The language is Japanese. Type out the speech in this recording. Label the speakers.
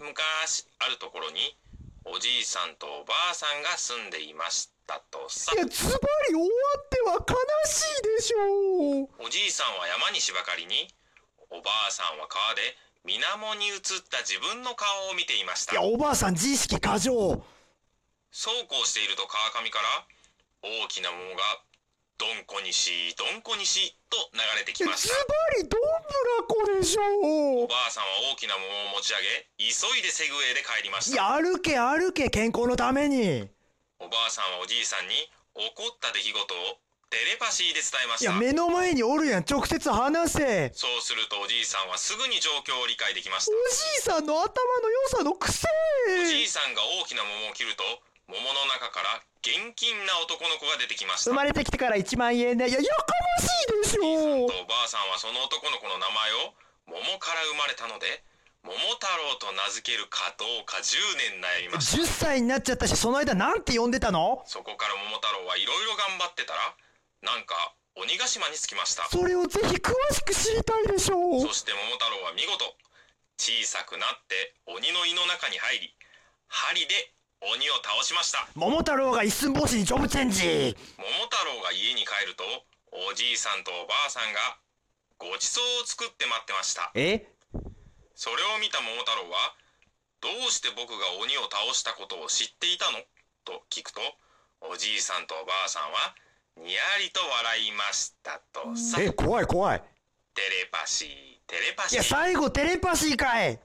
Speaker 1: 昔あるところにおじいさんとおばあさんが住んでいましたとさ
Speaker 2: いや、ズバリ終わっては悲しいでしょう。
Speaker 1: おじいさんは山にしばかりにおばあさんは川で水面に映った自分の顔を見ていまし
Speaker 2: い
Speaker 1: た
Speaker 2: や、おばあさん、自意識過剰。
Speaker 1: そうこうしていると川上から大きな桃がどんこにしどんこにしと流れて
Speaker 2: い
Speaker 1: き
Speaker 2: や、
Speaker 1: まし
Speaker 2: ズ
Speaker 1: た
Speaker 2: バリどんぶらこでしょう
Speaker 1: お。ばあさんは大きな桃を持ち上げ急いでセグウェイで帰りまし
Speaker 2: い
Speaker 1: た
Speaker 2: や、歩け歩け、健康のために。
Speaker 1: おばあさんはおじいさんに怒った出来事をテレパシーで伝えま
Speaker 2: い
Speaker 1: した
Speaker 2: や、目の前におるやん、直接話せ。
Speaker 1: そうするとおじいさんはすぐに状況を理解できまし
Speaker 2: お
Speaker 1: た
Speaker 2: じいさんの頭の良さの癖。
Speaker 1: おじいさんが大きな桃を切ると桃の中から現金な男の子が出てきました
Speaker 2: 生まれてきてから1万円で、いや、やかましいでしょう。
Speaker 1: とおばあさんはその男の子の名前を桃から生まれたので桃太郎と名付けるかどうか10年悩みました
Speaker 2: 10歳になっちゃったし、その間なんて呼んでたの
Speaker 1: そこから桃太郎はいろいろ頑張ってたらなんか鬼ヶ島に着きました
Speaker 2: それをぜひ詳しく知りたいでしょう。
Speaker 1: そして桃太郎は見事小さくなって鬼の胃の中に入り針で鬼を倒しました
Speaker 2: 桃太郎が一寸法師にジョブチェンジ
Speaker 1: 桃太郎が家に帰るとおじいさんとおばあさんがごちそうを作って待ってました
Speaker 2: え
Speaker 1: それを見た桃太郎は「どうして僕が鬼を倒したことを知っていたの?」と聞くとおじいさんとおばあさんはにやりと笑いましたとさ
Speaker 2: え、怖い怖い。
Speaker 1: テレパシーテレパ
Speaker 2: い
Speaker 1: シ
Speaker 2: や、
Speaker 1: ー
Speaker 2: 最後テレパシーかい